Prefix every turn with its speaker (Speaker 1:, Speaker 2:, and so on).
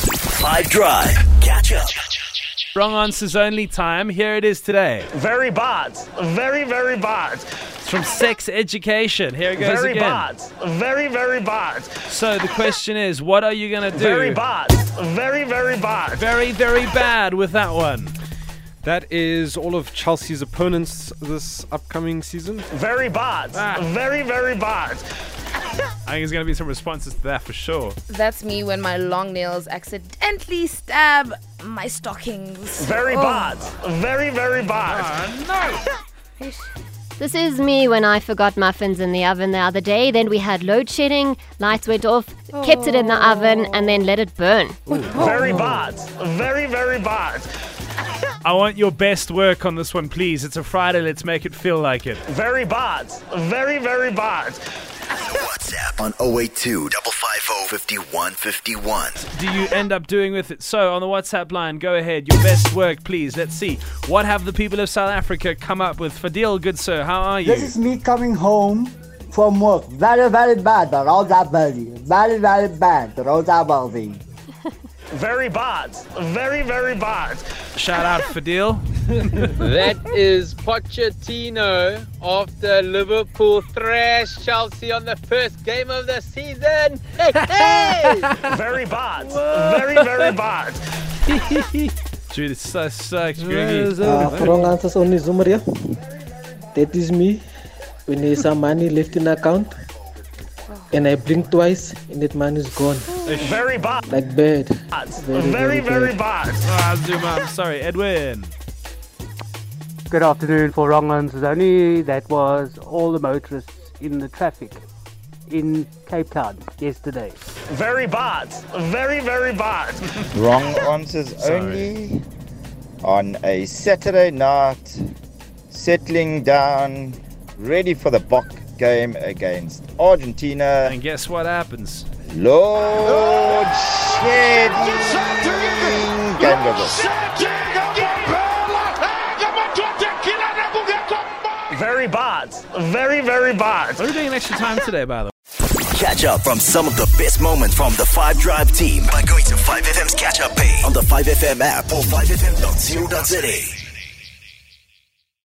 Speaker 1: Five Drive. Catch up.
Speaker 2: Wrong answers only time. Here it is today.
Speaker 3: Very bad. Very, very bad.
Speaker 2: It's from Sex Education. Here it goes
Speaker 3: Very
Speaker 2: again.
Speaker 3: bad. Very, very bad.
Speaker 2: So the question is, what are you going to do?
Speaker 3: Very bad. Very, very bad.
Speaker 2: Very, very bad with that one.
Speaker 4: That is all of Chelsea's opponents this upcoming season.
Speaker 3: Very bad.
Speaker 2: Ah.
Speaker 3: Very, very bad.
Speaker 2: I think there's going to be some responses to that for sure.
Speaker 5: That's me when my long nails accidentally stab my stockings.
Speaker 3: Very
Speaker 5: Oh.
Speaker 3: bad. Very, very bad.
Speaker 6: This is me when I forgot muffins in the oven the other day. Then we had load shedding, lights went off, kept it in the oven, and then let it burn.
Speaker 3: Very bad. Very, very bad.
Speaker 2: I want your best work on this one, please. It's a Friday. Let's make it feel like it.
Speaker 3: Very bad. Very, very bad.
Speaker 1: WhatsApp on 082 550 5151.
Speaker 2: do you end up doing with it? So on the WhatsApp line, go ahead. Your best work, please. Let's see. What have the people of South Africa come up with? Fadil, good sir, how are you?
Speaker 7: This is me coming home from work. Very, very bad. The roads are busy. Very, very bad. The roads are busy.
Speaker 3: Very bad. Very, very bad.
Speaker 2: Shout out Fadil.
Speaker 8: That is Pochettino after Liverpool thrash Chelsea on the first game of the season. Hey, hey!
Speaker 3: Very bad. Very, very bad.
Speaker 2: Dude, it's so sucks. Gringy.
Speaker 9: Uh, for wrong answers only Zoomer here. That is me when there's some money left in account and I blink twice and that money is gone.
Speaker 3: Very bad.
Speaker 9: Like bad.
Speaker 3: Very, very bad.
Speaker 2: Ah, Zuma, I'm sorry, Edwin.
Speaker 10: Good afternoon for Wrong Answers Only. That was all the motorists in the traffic in Cape Town yesterday.
Speaker 3: Very bad. Very, very bad.
Speaker 11: Wrong answers only on a Saturday night, settling down, ready for the Bok game against Argentina.
Speaker 2: And guess what happens?
Speaker 11: Lord Shedding game over.
Speaker 3: Very bad. Very, very bad.
Speaker 2: Are we doing an extra time today, by the way?
Speaker 1: Catch up from some of the best moments from the Five Drive team by going to 5FM's catch up page on the 5FM app or 5FM.co.za.